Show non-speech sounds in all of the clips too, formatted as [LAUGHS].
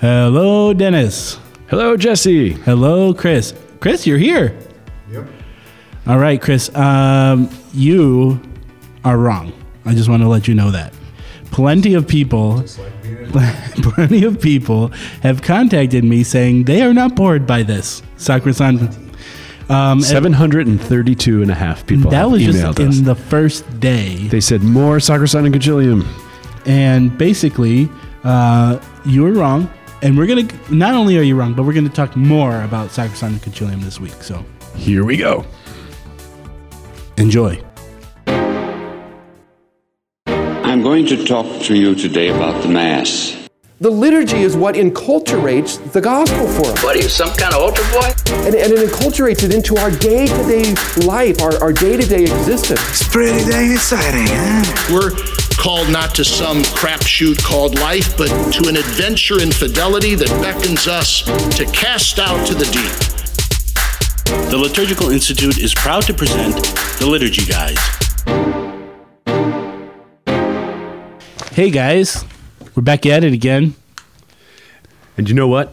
Hello, Dennis. Hello, Jesse. Hello, Chris. Chris, you're here. Yep. All right, Chris. Um, you are wrong. I just want to let you know that. Plenty of people, It's like being in [LAUGHS] plenty of people have contacted me saying they are not bored by this. Sakura-san. Um, and 732 and a half people that have was emailed just us. in the first day. they said more soccer sign and gajillium. and basically uh, you were wrong and we're gonna not only are you wrong but we're gonna talk more about sacrosanct and conchulium this week so Here we go. enjoy I'm going to talk to you today about the Mass. The liturgy is what enculturates the gospel for us. What are you, some kind of altar boy? And, and it enculturates it into our day to day life, our, our day to day existence. It's pretty dang exciting, huh? We're called not to some crapshoot called life, but to an adventure in fidelity that beckons us to cast out to the deep. The Liturgical Institute is proud to present the Liturgy Guys. hey guys we're back at it again And you know what?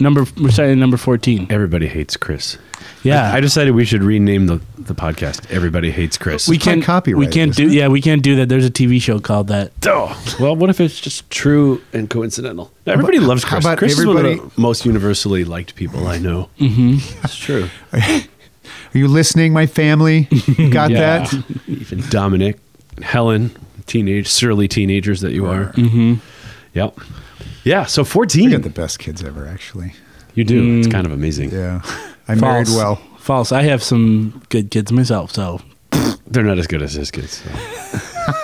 number we're starting at number 14 Everybody hates Chris. yeah I, I decided we should rename the, the podcast Everybody Hates Chris. we can't copyright, we can't do isn't yeah we can't do that there's a tv show called that Oh, well, what if it's just true and coincidental? Everybody loves how Chris. about Chris is one everybody- of the most universally liked people I [LAUGHS] know. Mm-hmm. It's true. Are you listening, my family? You [LAUGHS] got Yeah. that? Even Dominic, Helen, teenage surly teenagers that you are. Mm-hmm. Yep. Yeah. So You fourteen. [LAUGHS] got the best kids ever, actually. you do. It's kind of amazing. [LAUGHS] Yeah. I married well. false i have some good kids myself so They're not as good as his kids. so. [LAUGHS]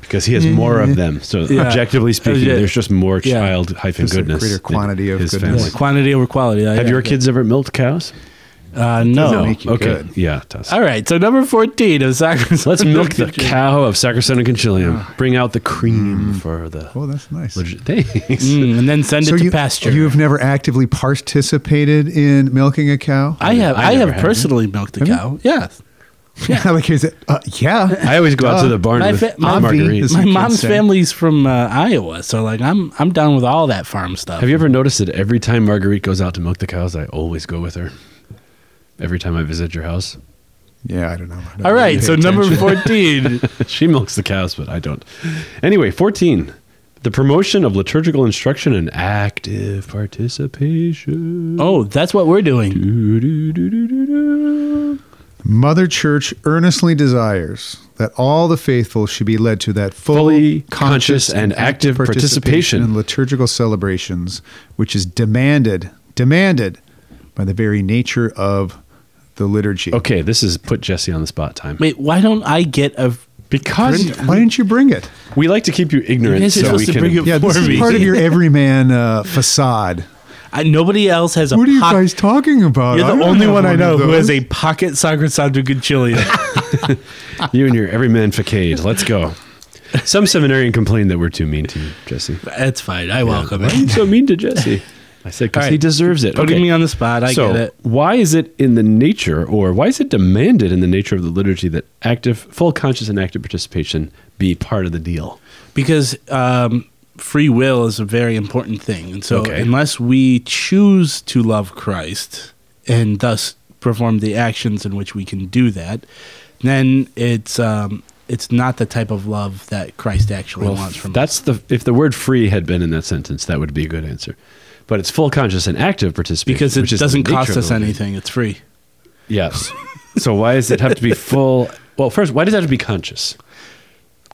because he has more of them. So objectively speaking, Yeah. there's just more Yeah. child hyphen Just a goodness. greater in quantity of his goodness. family. quantity over quality I- Have I- your kids ever milked cows? uh, no make you okay. good. Yeah, it does. all right so number 14 of sacrosanct [LAUGHS] Let's milk the cow of Sacrosanct and Concilium. Bring out the cream for the. Ah. Oh, that's nice. legit- Thanks. Mm, and then send it to pasture you've never actively participated in milking [LAUGHS] a cow? I have. I I, never have have. personally milked a you? cow. Yeah. [LAUGHS] like, is it? Uh, yeah. Uh, I always go out to Duh. the barn My with fa- my- margaritas. My Kids mom's say. family's from uh, Iowa, so like I'm I'm down with all that farm stuff. Have you ever noticed that every time Marguerite goes out to milk the cows, I always go with her? Every time I visit your house, Yeah, I don't know. I don't all right, pay so number attention. fourteen. [LAUGHS] she milks the cows, but I don't. Anyway, 14. The promotion of liturgical instruction and active participation. oh, that's what we're doing. Doo, doo, doo, doo, doo, doo. Mother Church earnestly desires that all the faithful should be led to that Fully fully conscious and active participation. in liturgical celebrations, which is demanded, demanded by the very nature of the liturgy. Okay, this is put Jesse on the spot time. Wait, why don't I get a? Because Why didn't you [LAUGHS] bring it? we like to keep you ignorant, You guys are so we supposed to bring can. it- Yeah, this For me. is part of your everyman uh, facade. I, nobody else has a. What are you poc- guys talking about? You're I the don't only have one I of know who has those. a pocket Sacrosanto Guncilium. You and your everyman facade. Let's go. Some seminarian complained that we're too mean to you, Jesse. That's fine. I welcome Why are you it. so mean to Jesse? [LAUGHS] I said because All right. he deserves it. Putting me on the spot. I so get it. why is it in the nature, or why is it demanded in the nature of the liturgy that active, full conscious, and active participation be part of the deal? because um, free will is a very important thing, and so Okay. unless we choose to love Christ and thus perform the actions in which we can do that, then it's um, it's not the type of love that Christ actually wants from us. that's the if the word "free" had been in that sentence, that would be a good answer. But it's full conscious and active participation Because it which is the doesn't nature cost of us the liturgy. anything; it's free. Yes. so why does it have [LAUGHS] to be full? Well, first, why does it have to be conscious?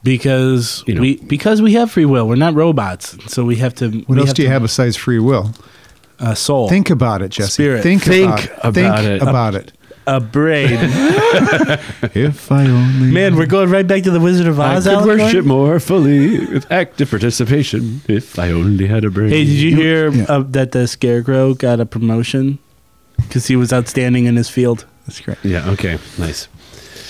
Because You know. we because we have free will. We're not robots, so we have to. What we else have do you to- have besides free will? A soul, Think about it, Jesse. Spirit. Think, Think about, it. about Think it. [LAUGHS] about it. a [LAUGHS] brain. If I only Man, we're going right back to the Wizard of I Oz. could allegory? worship more fully with active participation if I only had a brain. Hey, did you hear yeah. uh, that the Scarecrow got a promotion because he was outstanding in his field? That's great. Yeah. Okay. Nice.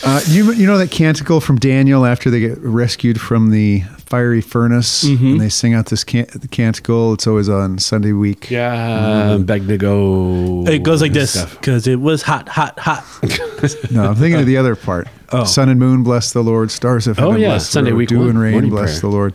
Uh, you you know that canticle from Daniel after they get rescued from the fiery furnace, Mm-hmm. and they sing out this can- canticle. It's always on Sunday week. Yeah. Beg to Uh, go. It goes like and this stuff. because it was hot, hot, hot. No, I'm thinking [LAUGHS] of the other part. Oh. Sun and moon bless the Lord. Stars of Oh, heaven yeah, bless Sunday the Lord. week Dew one, and rain morning bless prayer. the Lord.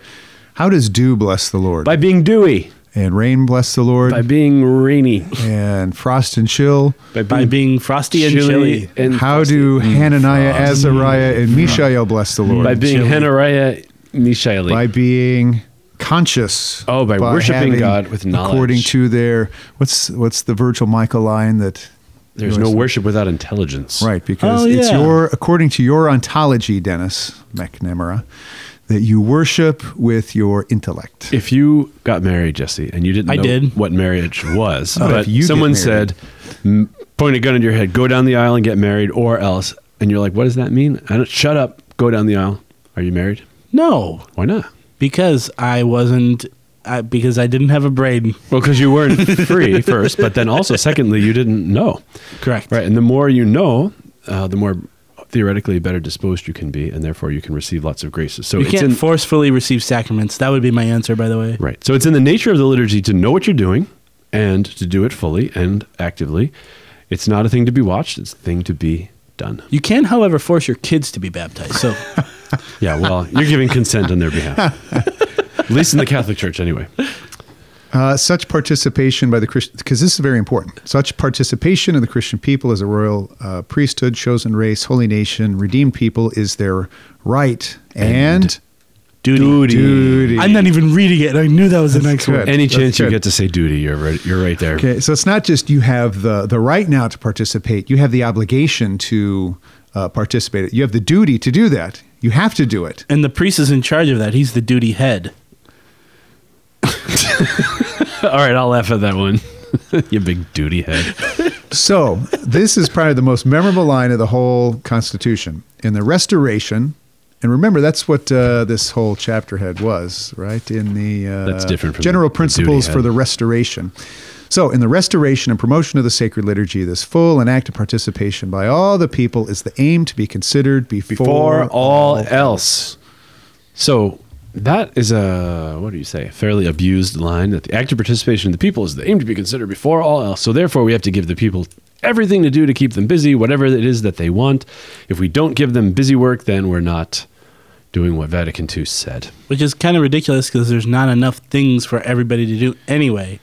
How does dew bless the Lord? By being dewy. and rain bless the Lord by being rainy, and frost and chill. by being frosty and chilly. and How do Hananiah, Azariah, and Mishael bless the Lord? by being chilly. Hanariah Mishaeli. by being conscious. Oh, by worshiping having- God with knowledge. according to their what's what's the Virgil Michael line that There's no worship without intelligence. right because Oh, it's yeah. your according to your ontology, Dennis McNamara, that you worship with your intellect. If you got married, Jesse, and you didn't I know did. what marriage was, Oh, but if you get someone married. said, "M- point a gun at your head, go down the aisle and get married, or else, and you're like, what does that mean? I don't, shut up, go down the aisle. Are you married? No, Why not? because I wasn't. I, because I didn't have a brain. Well, because you weren't free first, but then also, secondly, you didn't know. Correct. Right. And the more you know, uh, the more theoretically better disposed you can be, and therefore you can receive lots of graces. So You it's can't in, forcefully receive sacraments. That would be my answer, by the way. Right. So it's in the nature of the liturgy to know what you're doing and to do it fully and actively. It's not a thing to be watched, it's a thing to be done. You can, however, force your kids to be baptized. So Yeah, well, you're giving consent on their behalf. At least in the Catholic Church, anyway. Uh, such participation by the Christian, because this is very important. Such participation of the Christian people as a royal uh, priesthood, chosen race, holy nation, redeemed people is their right and, duty. duty. I'm not even reading it. I knew that was the next good. one. Any That's chance you good. get to say duty, you're right, you're right there. Okay, so it's not just you have the the right now to participate; you have the obligation to uh, participate. You have the duty to do that. You have to do it. And the priest is in charge of that. He's the duty head. All right, I'll laugh at that one. you big duty head. So this is probably the most memorable line of the whole Constitution in the Restoration. And remember, that's what uh, this whole chapter head was, right? In the uh, That's different from general the duty principles for head. the Restoration. So, in the restoration and promotion of the sacred liturgy, this full and active participation by all the people is the aim to be considered before, Before all else. So that is a what do you say? Fairly abused line that the active participation of the people is the aim to be considered before all else. So therefore, we have to give the people everything to do to keep them busy, whatever it is that they want. If we don't give them busy work, then we're not doing what Vatican II said. Which is kind of ridiculous because there's not enough things for everybody to do anyway.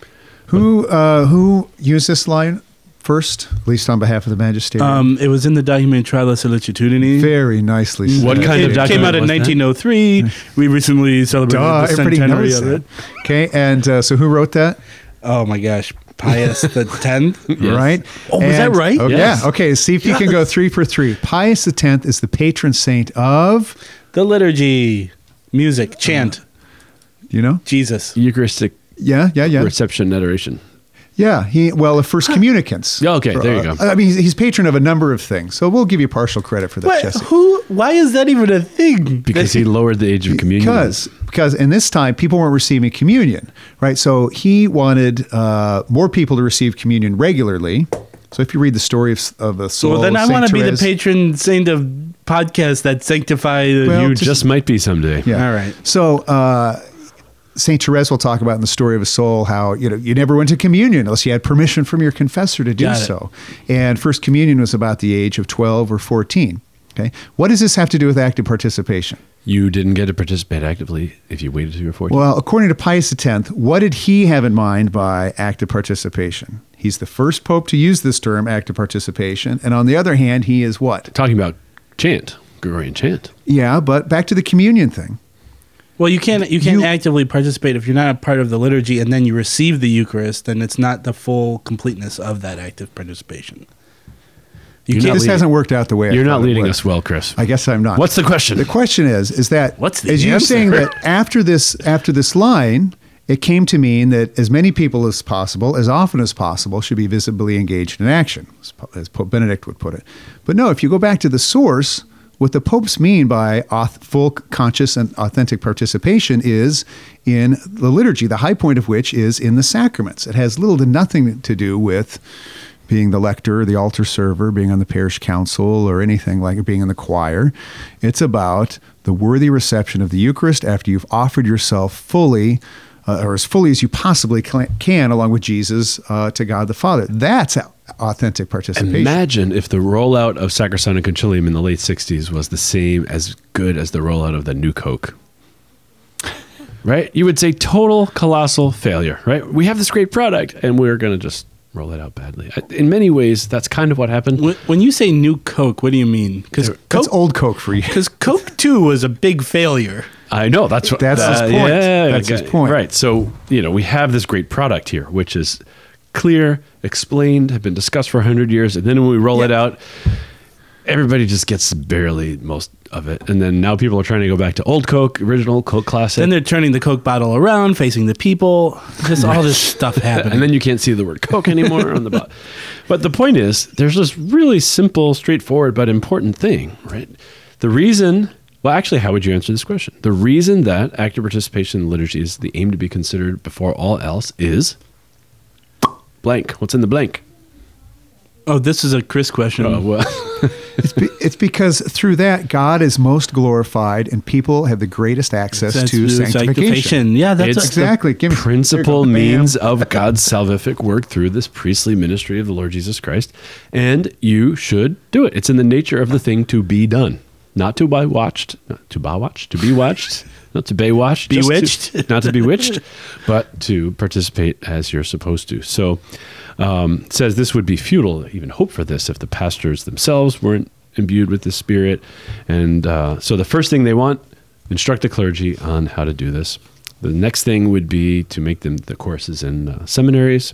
Who uh, who used this line first, at least on behalf of the magisterium? Um, it was in the document Trial Solicitudini. Very nicely. Mm. said. What kind It of came document out in was that? 1903. We recently celebrated Duh, the everybody centenary knows of that. it. Okay, and uh, so who wrote that? Oh my gosh, Pius [LAUGHS] the Tenth. Right? Oh, was that And- right? Oh, Yes. Yeah. Okay. See if you can go three for three. Pius X is the patron saint of, The liturgy, music, chant, you know, Jesus. Eucharistic yeah, yeah, yeah, reception adoration. yeah. He well, the first communicants. Yeah, okay, there you go. Uh, I mean, he's, he's patron of a number of things, so we'll give you partial credit for that, What? Jesse. Who? Why is that even a thing? Because he lowered the age of communion. because because in this time people weren't receiving communion right so he wanted uh, more people to receive communion regularly so if you read the story of, of a soul well, then I Saint want to be the Therese- patron saint of podcasts that sanctify. the- Well, you just- just might be someday. yeah All right. so uh, Saint Therese will talk about in the story of a soul how you know you never went to communion unless you had permission from your confessor to do Got it. so, and first communion was about the age of twelve or fourteen. Okay, what does this have to do with active participation? You didn't get to participate actively if you waited till you were 14. Well, according to Pius X, what did he have in mind by active participation? He's the first pope to use this term, active participation. And on the other hand, he is what? Talking about chant, Gregorian chant. Yeah, but back to the communion thing. Well, you can't you can't You- actively participate if you're not a part of the liturgy, and then you receive the Eucharist, then it's not the full completeness of that active participation. You You're can't. not This leading- hasn't worked out the way I You're thought not it leading would. us well, Chris. I guess I'm not. What's the question? The question is, is that What's the as you're answer? saying that after this after this line, it came to mean that as many people as possible, as often as possible, should be visibly engaged in action, as Po- as Pope Benedict would put it. But no, if you go back to the source, what the popes mean by auth- full conscious and authentic participation is in the liturgy, the high point of which is in the sacraments. It has little to nothing to do with being the lector, the altar server, being on the parish council, or anything like being in the choir. It's about the worthy reception of the Eucharist after you've offered yourself fully, uh, or as fully as you possibly cl- can, along with Jesus uh, to God the Father. That's au- authentic participation. Imagine if the rollout of Sacrosanum Concilium in the late 60s was the same as good as the rollout of the new Coke. right? You would say total colossal failure, right? We have this great product and we're going to just roll it out badly. I- In many ways, that's kind of what happened. When, when you say new Coke, what do you mean? Because That's old Coke for you. Because Coke Two was a big failure. I know that's what uh, That's his point. Yeah, That's his okay. point. Right. So you know we have this great product here, which is clear, explained, have been discussed for hundred years, and then when we roll it out, everybody just gets barely most of it, and then now people are trying to go back to old Coke, original Coke Classic, Then they're turning the Coke bottle around, facing the people. Just all this [LAUGHS] stuff happening. [LAUGHS] and then you can't see the word Coke anymore on the bottom. But the point is, there's this really simple, straightforward, but important thing, right? The reason, well, actually, how would you answer this question? The reason that active participation in liturgy is the aim to be considered before all else is blank. What's in the blank? oh, this is a Chris question. Oh, well, It's, be, it's because through that, God is most glorified and people have the greatest access Sense to of sanctification. Yeah, that's It's a- Exactly. Give me- principal Here you go. Bam. means of God's salvific work through this priestly ministry of the Lord Jesus Christ, and you should do it. It's in the nature of the thing to be done, not to be watched, not to by watched, to be [LAUGHS] watched, not to be watched, just to- Bewitched? not to be witched, but to participate as you're supposed to. So, um, it says this would be futile to even hope for this if the pastors themselves weren't imbued with the Spirit, and uh, so the first thing they want instruct the clergy on how to do this. The next thing would be to make them the courses in uh, seminaries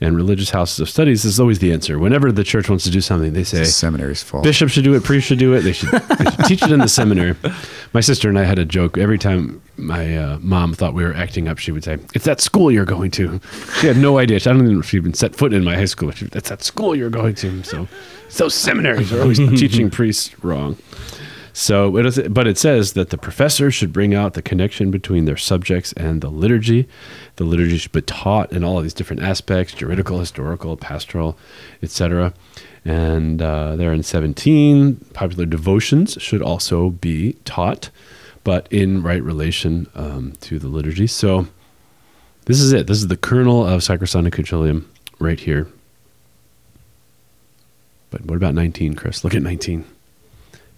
and religious houses of studies. This is always the answer. Whenever the church wants to do something, they say Seminary's fault. Bishop should do it. Priest should do it. They should, they should teach it in the seminary. My sister and I had a joke. Every time my uh, mom thought we were acting up, she would say, "It's that school you're going to." She had no idea. She, I don't even know if she even set foot in my high school. She, That's that school you're going to. So, so seminaries are always teaching priests wrong. So, it is, but it says that the professor should bring out the connection between their subjects and the liturgy. The liturgy should be taught in all of these different aspects: juridical, historical, pastoral, etc. And uh, there in 17, popular devotions should also be taught, but in right relation um, to the liturgy. So, this is it. This is the kernel of Sacrosanctum Concilium right here. But what about 19, Chris? Look at 19.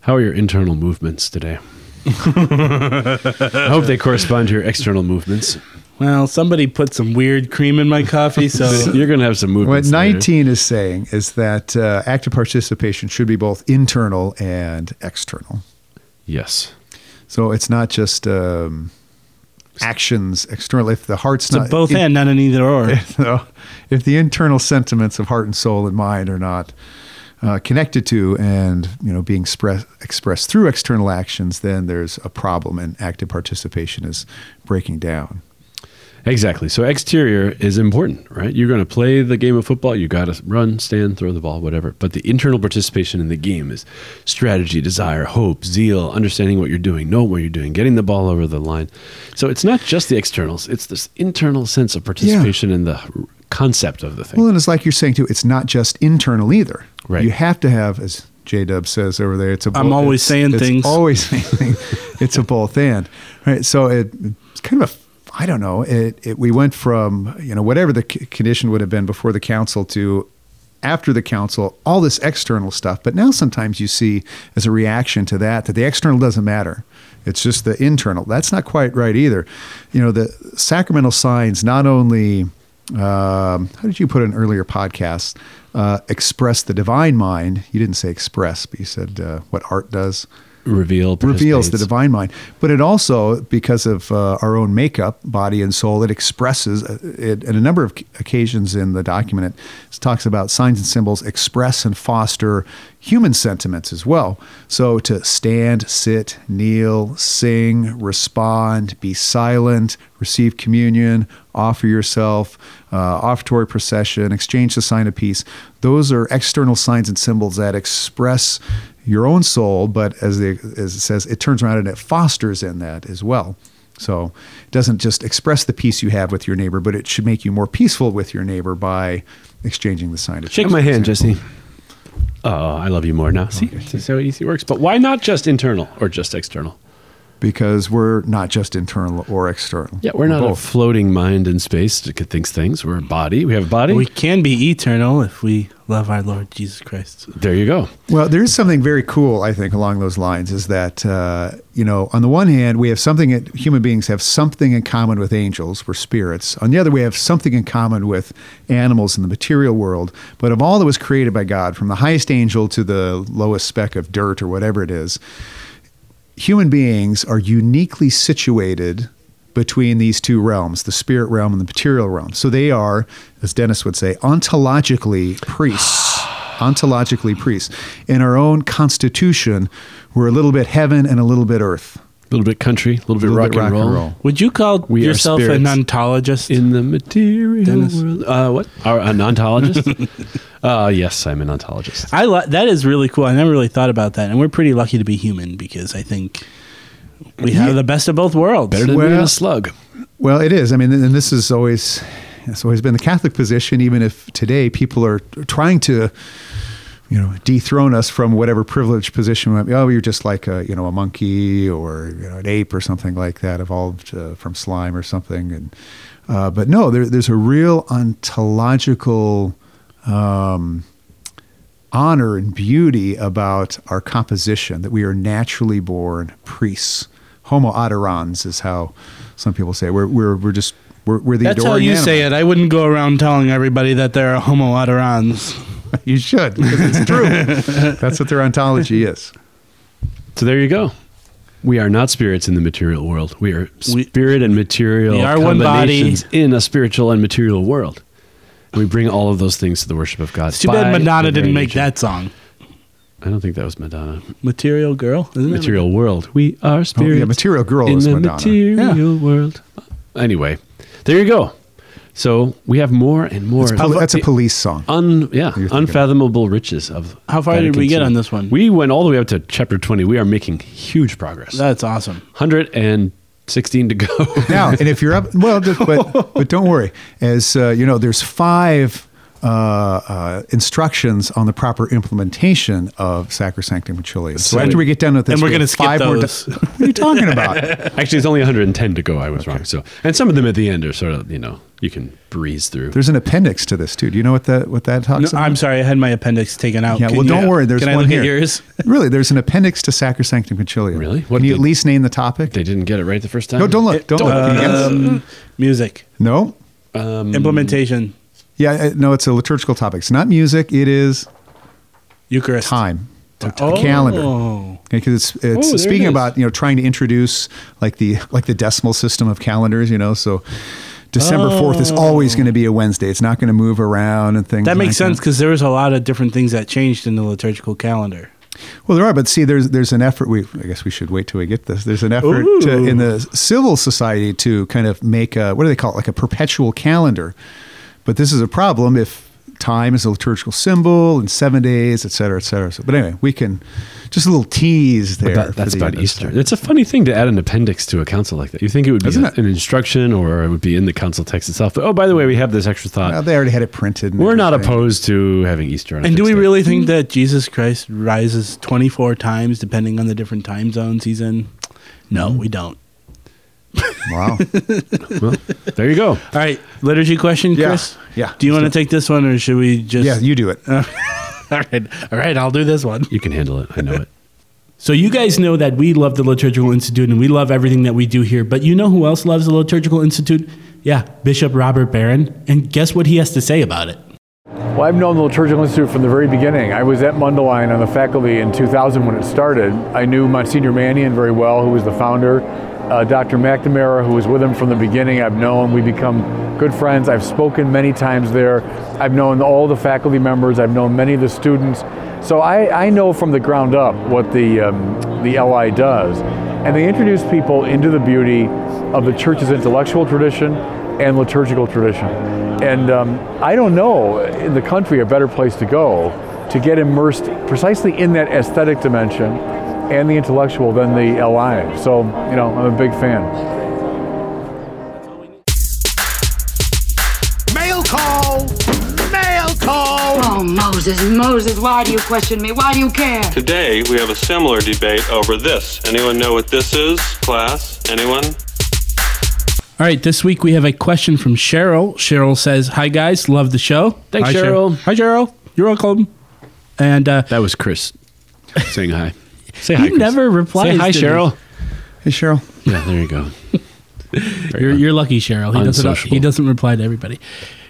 How are your internal movements today? I hope they correspond to your external movements. well, somebody put some weird cream in my coffee, [LAUGHS] so You're going to have some What movements. later. 19 is saying is that uh, active participation should be both internal and external. Yes. So it's not just um, actions external. If the heart's it's a not both in- and, [LAUGHS] not an either or. So if the internal sentiments of heart and soul and mind are not uh, connected to and you know being express, expressed through external actions, then there's a problem, and active participation is breaking down. Exactly. So exterior is important, right? You're going to play the game of football. You got to run, stand, throw the ball, whatever. But the internal participation in the game is strategy, desire, hope, zeal, understanding what you're doing, knowing what you're doing, getting the ball over the line. So it's not just the externals; it's this internal sense of participation in the r- concept of the thing. Well, and it's like you're saying too. It's not just internal either. Right. You have to have, as J Dub says over there, it's a. I'm always it's- saying it's things. Always [LAUGHS] saying things. It's a both and. Right. So it, it's kind of a. I don't know. It, it we went from you know whatever the c- condition would have been before the council to after the council all this external stuff but now sometimes you see as a reaction to that that the external doesn't matter it's just the internal that's not quite right either you know the sacramental signs not only um, how did you put in earlier podcasts? Uh, express the divine mind. You didn't say express, but you said uh, what art does Reveal reveals the participates. divine mind. But it also, because of uh, our own makeup, body and soul, it expresses. uh, It, at a number of occasions in the document, it talks about signs and symbols express and foster human sentiments as well. So to stand, sit, kneel, sing, respond, be silent, receive communion, offer yourself, uh, offertory procession, exchange the sign of peace. Those are external signs and symbols that express your own soul, but as, the, as it says, it turns around and it fosters in that as well. So it doesn't just express the peace you have with your neighbor, but it should make you more peaceful with your neighbor by exchanging the sign of Shake peace, my for hand, example. Jesse. Oh, I love you more now. See, this is how easy it works. But why not just internal or just external? because we're not just internal or external. Yeah, we're not a both. floating mind in space that could think things. We're a body. We have a body. We can be eternal if we love our Lord Jesus Christ. there you go. Well, there is something very cool, I think, along those lines is that, uh, you know, on the one hand, we have something, that- human beings have something in common with angels, we're spirits. On the other, we have something in common with animals in the material world. But of all that was created by God, from the highest angel to the lowest speck of dirt or whatever it is, human beings are uniquely situated between these two realms, the spirit realm and the material realm. So they are, as Dennis would say, ontologically priests. ontologically priests. In our own constitution, we're a little bit heaven and a little bit earth. A little bit country, a little A bit, little rock, bit and roll. Would you call We are yourself an spirits. ontologist? In the material Dennis. world. Uh, what? Are an [LAUGHS] ontologist? uh, yes, I'm an ontologist. I li- that is really cool. I never really thought about that, and we're pretty lucky to be human because I think we have the best of both worlds. Better than Well- being a slug. Well, it is. I mean, and this is always, it's always been the Catholic position, even if today people are trying to, you know, dethrone us from whatever privileged position. we might be. Oh, you're just like a, you know, a monkey or you know, an ape or something like that, evolved uh, from slime or something. And uh, but no, there, there's a real ontological um, honor and beauty about our composition that we are naturally born priests. Homo adorans is how some people say. We're we're we're just we're, we're the That's how adoring you animal. say it. I wouldn't go around telling everybody that there are homo adorans. [LAUGHS] You should because [LAUGHS] it's true. That's what their ontology is. So there you go. We are not spirits in the material world. We are We- spirit and material We are one body. combinations in a spiritual and material world. We bring all of those things to the worship of God. It's too bad by Madonna the didn't very make nature. that song. I don't think that was Madonna. Material girl, isn't it? Material world. We Oh, are spirits. Material Girl in is the Madonna. material world. Anyway, there you go. So we have more and more. Pol- that's a police song. Un, yeah, thinking of- unfathomable riches of. How far did we Vatican get II. on this one? We went all the way up to chapter twenty. We are making huge progress. That's awesome. Hundred and sixteen to go. [LAUGHS] now, and if you're up, well, just- [LAUGHS] but but don't worry. As uh, you know, there's five uh, uh, instructions on the proper implementation of sacrosanctum concilium. So So- after we get done with this, And we're we gonna have skip more do- those. what are you [LAUGHS] talking about? Actually, it's only 110 to go. I was wrong. So, and some of them at the end are sort of you know you can breeze through. There's an appendix to this too. Do you know what that what that talks No, about? I'm sorry, I had my appendix taken out. Yeah, Can well, you- don't worry. There's can one I look here. At yours? really, there's an appendix to sacrosanctum concilium. Really? Can What you did- at least name the topic? they didn't get it right the first time. no, don't look. Don't look. Can you guess? Um, music no. Um, implementation Yeah, uh, no. It's a liturgical topic. It's not music. It is Eucharist time. Ti- The calendar. Oh. because it's there it's it speaking is. about you know trying to introduce like the like the decimal system of calendars you know so December fourth is always going to be a Wednesday it's not going to move around and things Oh. That makes like sense because there was a lot of different things that changed in the liturgical calendar. well there are but see there's there's an effort we I guess we should wait till we get this there's an effort to, in the civil society to kind of make a what do they call it like a perpetual calendar but this is a problem if time is a liturgical symbol and seven days et cetera et cetera so, but anyway we can just a little tease But there that- for that's the about end of this Easter. It's a funny thing to add an appendix to a council like that. You think it would be Isn't a- it? an instruction or it would be in the council text itself. But oh, by the way, we have this extra thought. Well, they already had it printed and We're not everything. opposed to having Easter. On a And do we fixed day. really think that Jesus Christ rises 24 times depending on the different time zones he's in? No, we don't. wow There you go. All right, liturgy question, Yeah, Chris. yeah. Do you want to take this one, or should we just? Yeah, you do it. [LAUGHS] all right, all right. I'll do this one. You can handle it. I know it. So you guys know that we love the Liturgical Institute and we love everything that we do here, but you know who else loves the Liturgical Institute? Yeah, Bishop Robert Barron. And guess what he has to say about it? Well, I've known the Liturgical Institute from the very beginning. I was at Mundelein on the faculty in 2000 when it started. I knew Monsignor Mannion very well, who was the founder. Uh, Dr. McNamara, who was with him from the beginning, I've known. We become good friends. I've spoken many times there. I've known all the faculty members. I've known many of the students. So I, I know from the ground up what the, um, the LI does. And they introduce people into the beauty of the church's intellectual tradition and liturgical tradition. And um, I don't know in the country a better place to go to get immersed precisely in that aesthetic dimension and the intellectual than the LI. So, you know, I'm a big fan. Mail call! Mail call! Oh, Moses, Moses, why do you question me? Why do you care? Today, we have a similar debate over this. Anyone know what this is, class? Anyone? All right, this week we have a question from Cheryl. Cheryl says, "Hi guys, love the show. Thanks, Hi, Cheryl. Hi, Cheryl. You're welcome." And uh, That was Chris saying hi. Say hi. he Chris. never replies. Say hi, to me. Cheryl. Hey, Cheryl. Yeah, there you go. [LAUGHS] You're, you're lucky, Cheryl. He doesn't. Unsociable. He doesn't reply to everybody.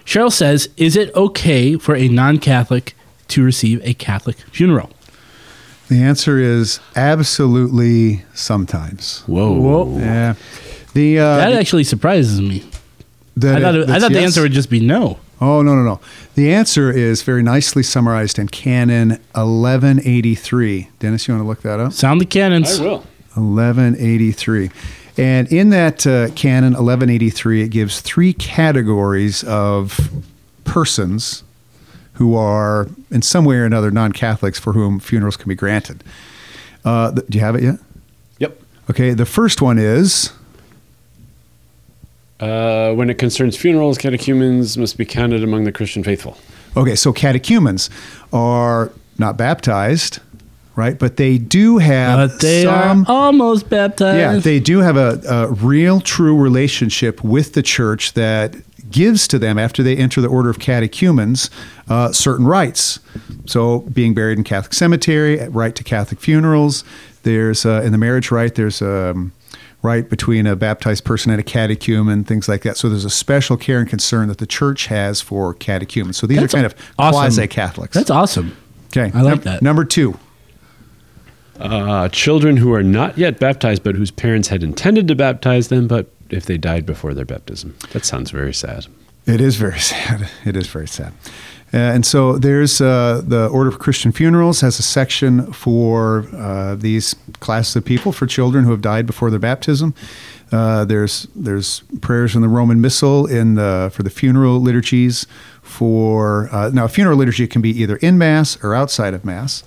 Cheryl says, "Is it okay for a non-Catholic to receive a Catholic funeral?" The answer is absolutely sometimes. Whoa. Yeah. The uh, that actually surprises me. that I thought. it- It, I that's thought the yes. answer would just be no. Oh no no no! The answer is very nicely summarized in Canon 1183. Dennis, you want to look that up? Sound the cannons. I will. 1183. And in that uh, canon 1183, it gives three categories of persons who are, in some way or another, non Catholics for whom funerals can be granted. Uh, th- do you have it yet? Yep. Okay, the first one is Uh, when it concerns funerals, catechumens must be counted among the Christian faithful. okay, so catechumens are not baptized, right? But they do have But they some. are almost baptized. Yeah, they do have a, a real, true relationship with the church that gives to them after they enter the order of catechumens uh, certain rights. So, being buried in Catholic cemetery, right to Catholic funerals. There's uh, in the marriage rite. There's a um, right between a baptized person and a catechumen, things like that. So, there's a special care and concern that the church has for catechumens. So, these That's are kind of awesome. quasi Catholics. That's awesome. okay. I like Num- that. Number two. Uh, children who are not yet baptized, but whose parents had intended to baptize them, but if they died before their baptism. That sounds very sad. It is very [LAUGHS] sad. It is very sad. Uh, and so there's uh, the Order of Christian Funerals has a section for uh, these classes of people for children who have died before their baptism. Uh, there's there's prayers in the Roman Missal in the for the funeral liturgies. For uh, now, funeral liturgy can be either in mass or outside of mass.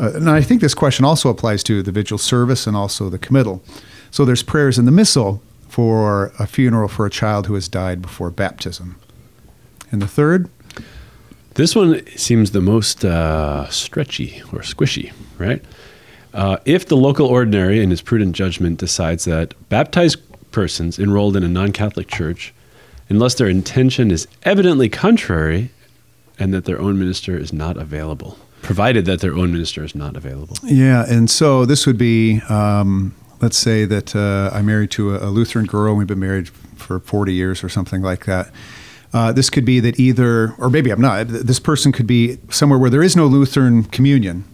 Uh, and I think this question also applies to the vigil service and also the committal. So there's prayers in the missal for a funeral for a child who has died before baptism. And the third, This one seems the most uh, stretchy or squishy, right? Uh, if the local ordinary, in his prudent judgment, decides that baptized persons enrolled in a non Catholic church, unless their intention is evidently contrary and that their own minister is not available, provided that their own minister is not available. yeah, and so this would be, um, let's say that uh, I'm married to a, a Lutheran girl. We've been married for 40 years or something like that. Uh, this could be that either, or maybe I'm not. th- This person could be somewhere where there is no Lutheran communion,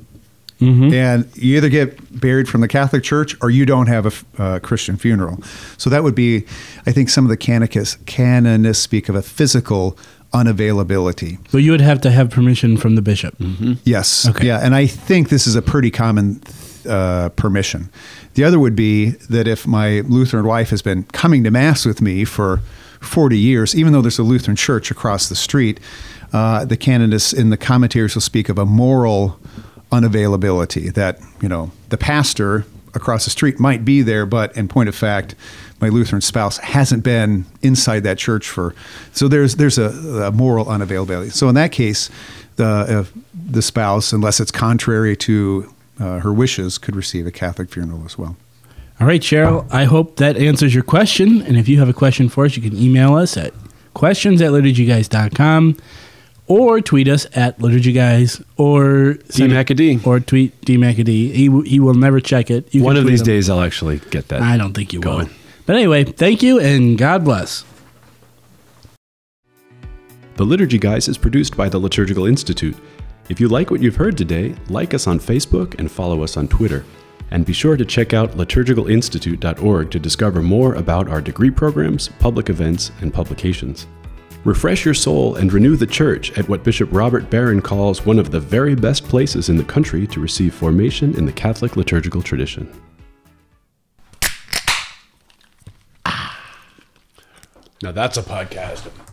and you either get buried from the Catholic Church or you don't have a f- uh, Christian funeral. So that would be, I think, some of the canonists, canonists speak of a physical unavailability. So you would have to have permission from the bishop. Mm-hmm. Yes. Okay. Yeah, and I think this is a pretty common uh, permission. The other would be that if my Lutheran wife has been coming to mass with me for 40 years, even though there's a Lutheran church across the street, uh, the canonists in the commentaries will speak of a moral unavailability that you know the pastor across the street might be there, but in point of fact, my Lutheran spouse hasn't been inside that church for so there's there's a, a moral unavailability. So in that case, the if the spouse, unless it's contrary to uh, her wishes, could receive a Catholic funeral as well. All right, Cheryl, I hope that answers your question. And if you have a question for us, you can email us at questions at liturgyguys.com or tweet us at liturgyguys or send- DMACAD. Or tweet DMACAD. He, w- he will never check it. You can One of tweet these him. days, I'll actually get that. I don't think you Go will. on. But anyway, thank you and God bless. The Liturgy Guys is produced by the Liturgical Institute. If you like what you've heard today, like us on Facebook and follow us on Twitter. And be sure to check out liturgicalinstitute.org to discover more about our degree programs, public events, and publications. Refresh your soul and renew the church at what Bishop Robert Barron calls one of the very best places in the country to receive formation in the Catholic liturgical tradition. Now that's Ah. a podcast.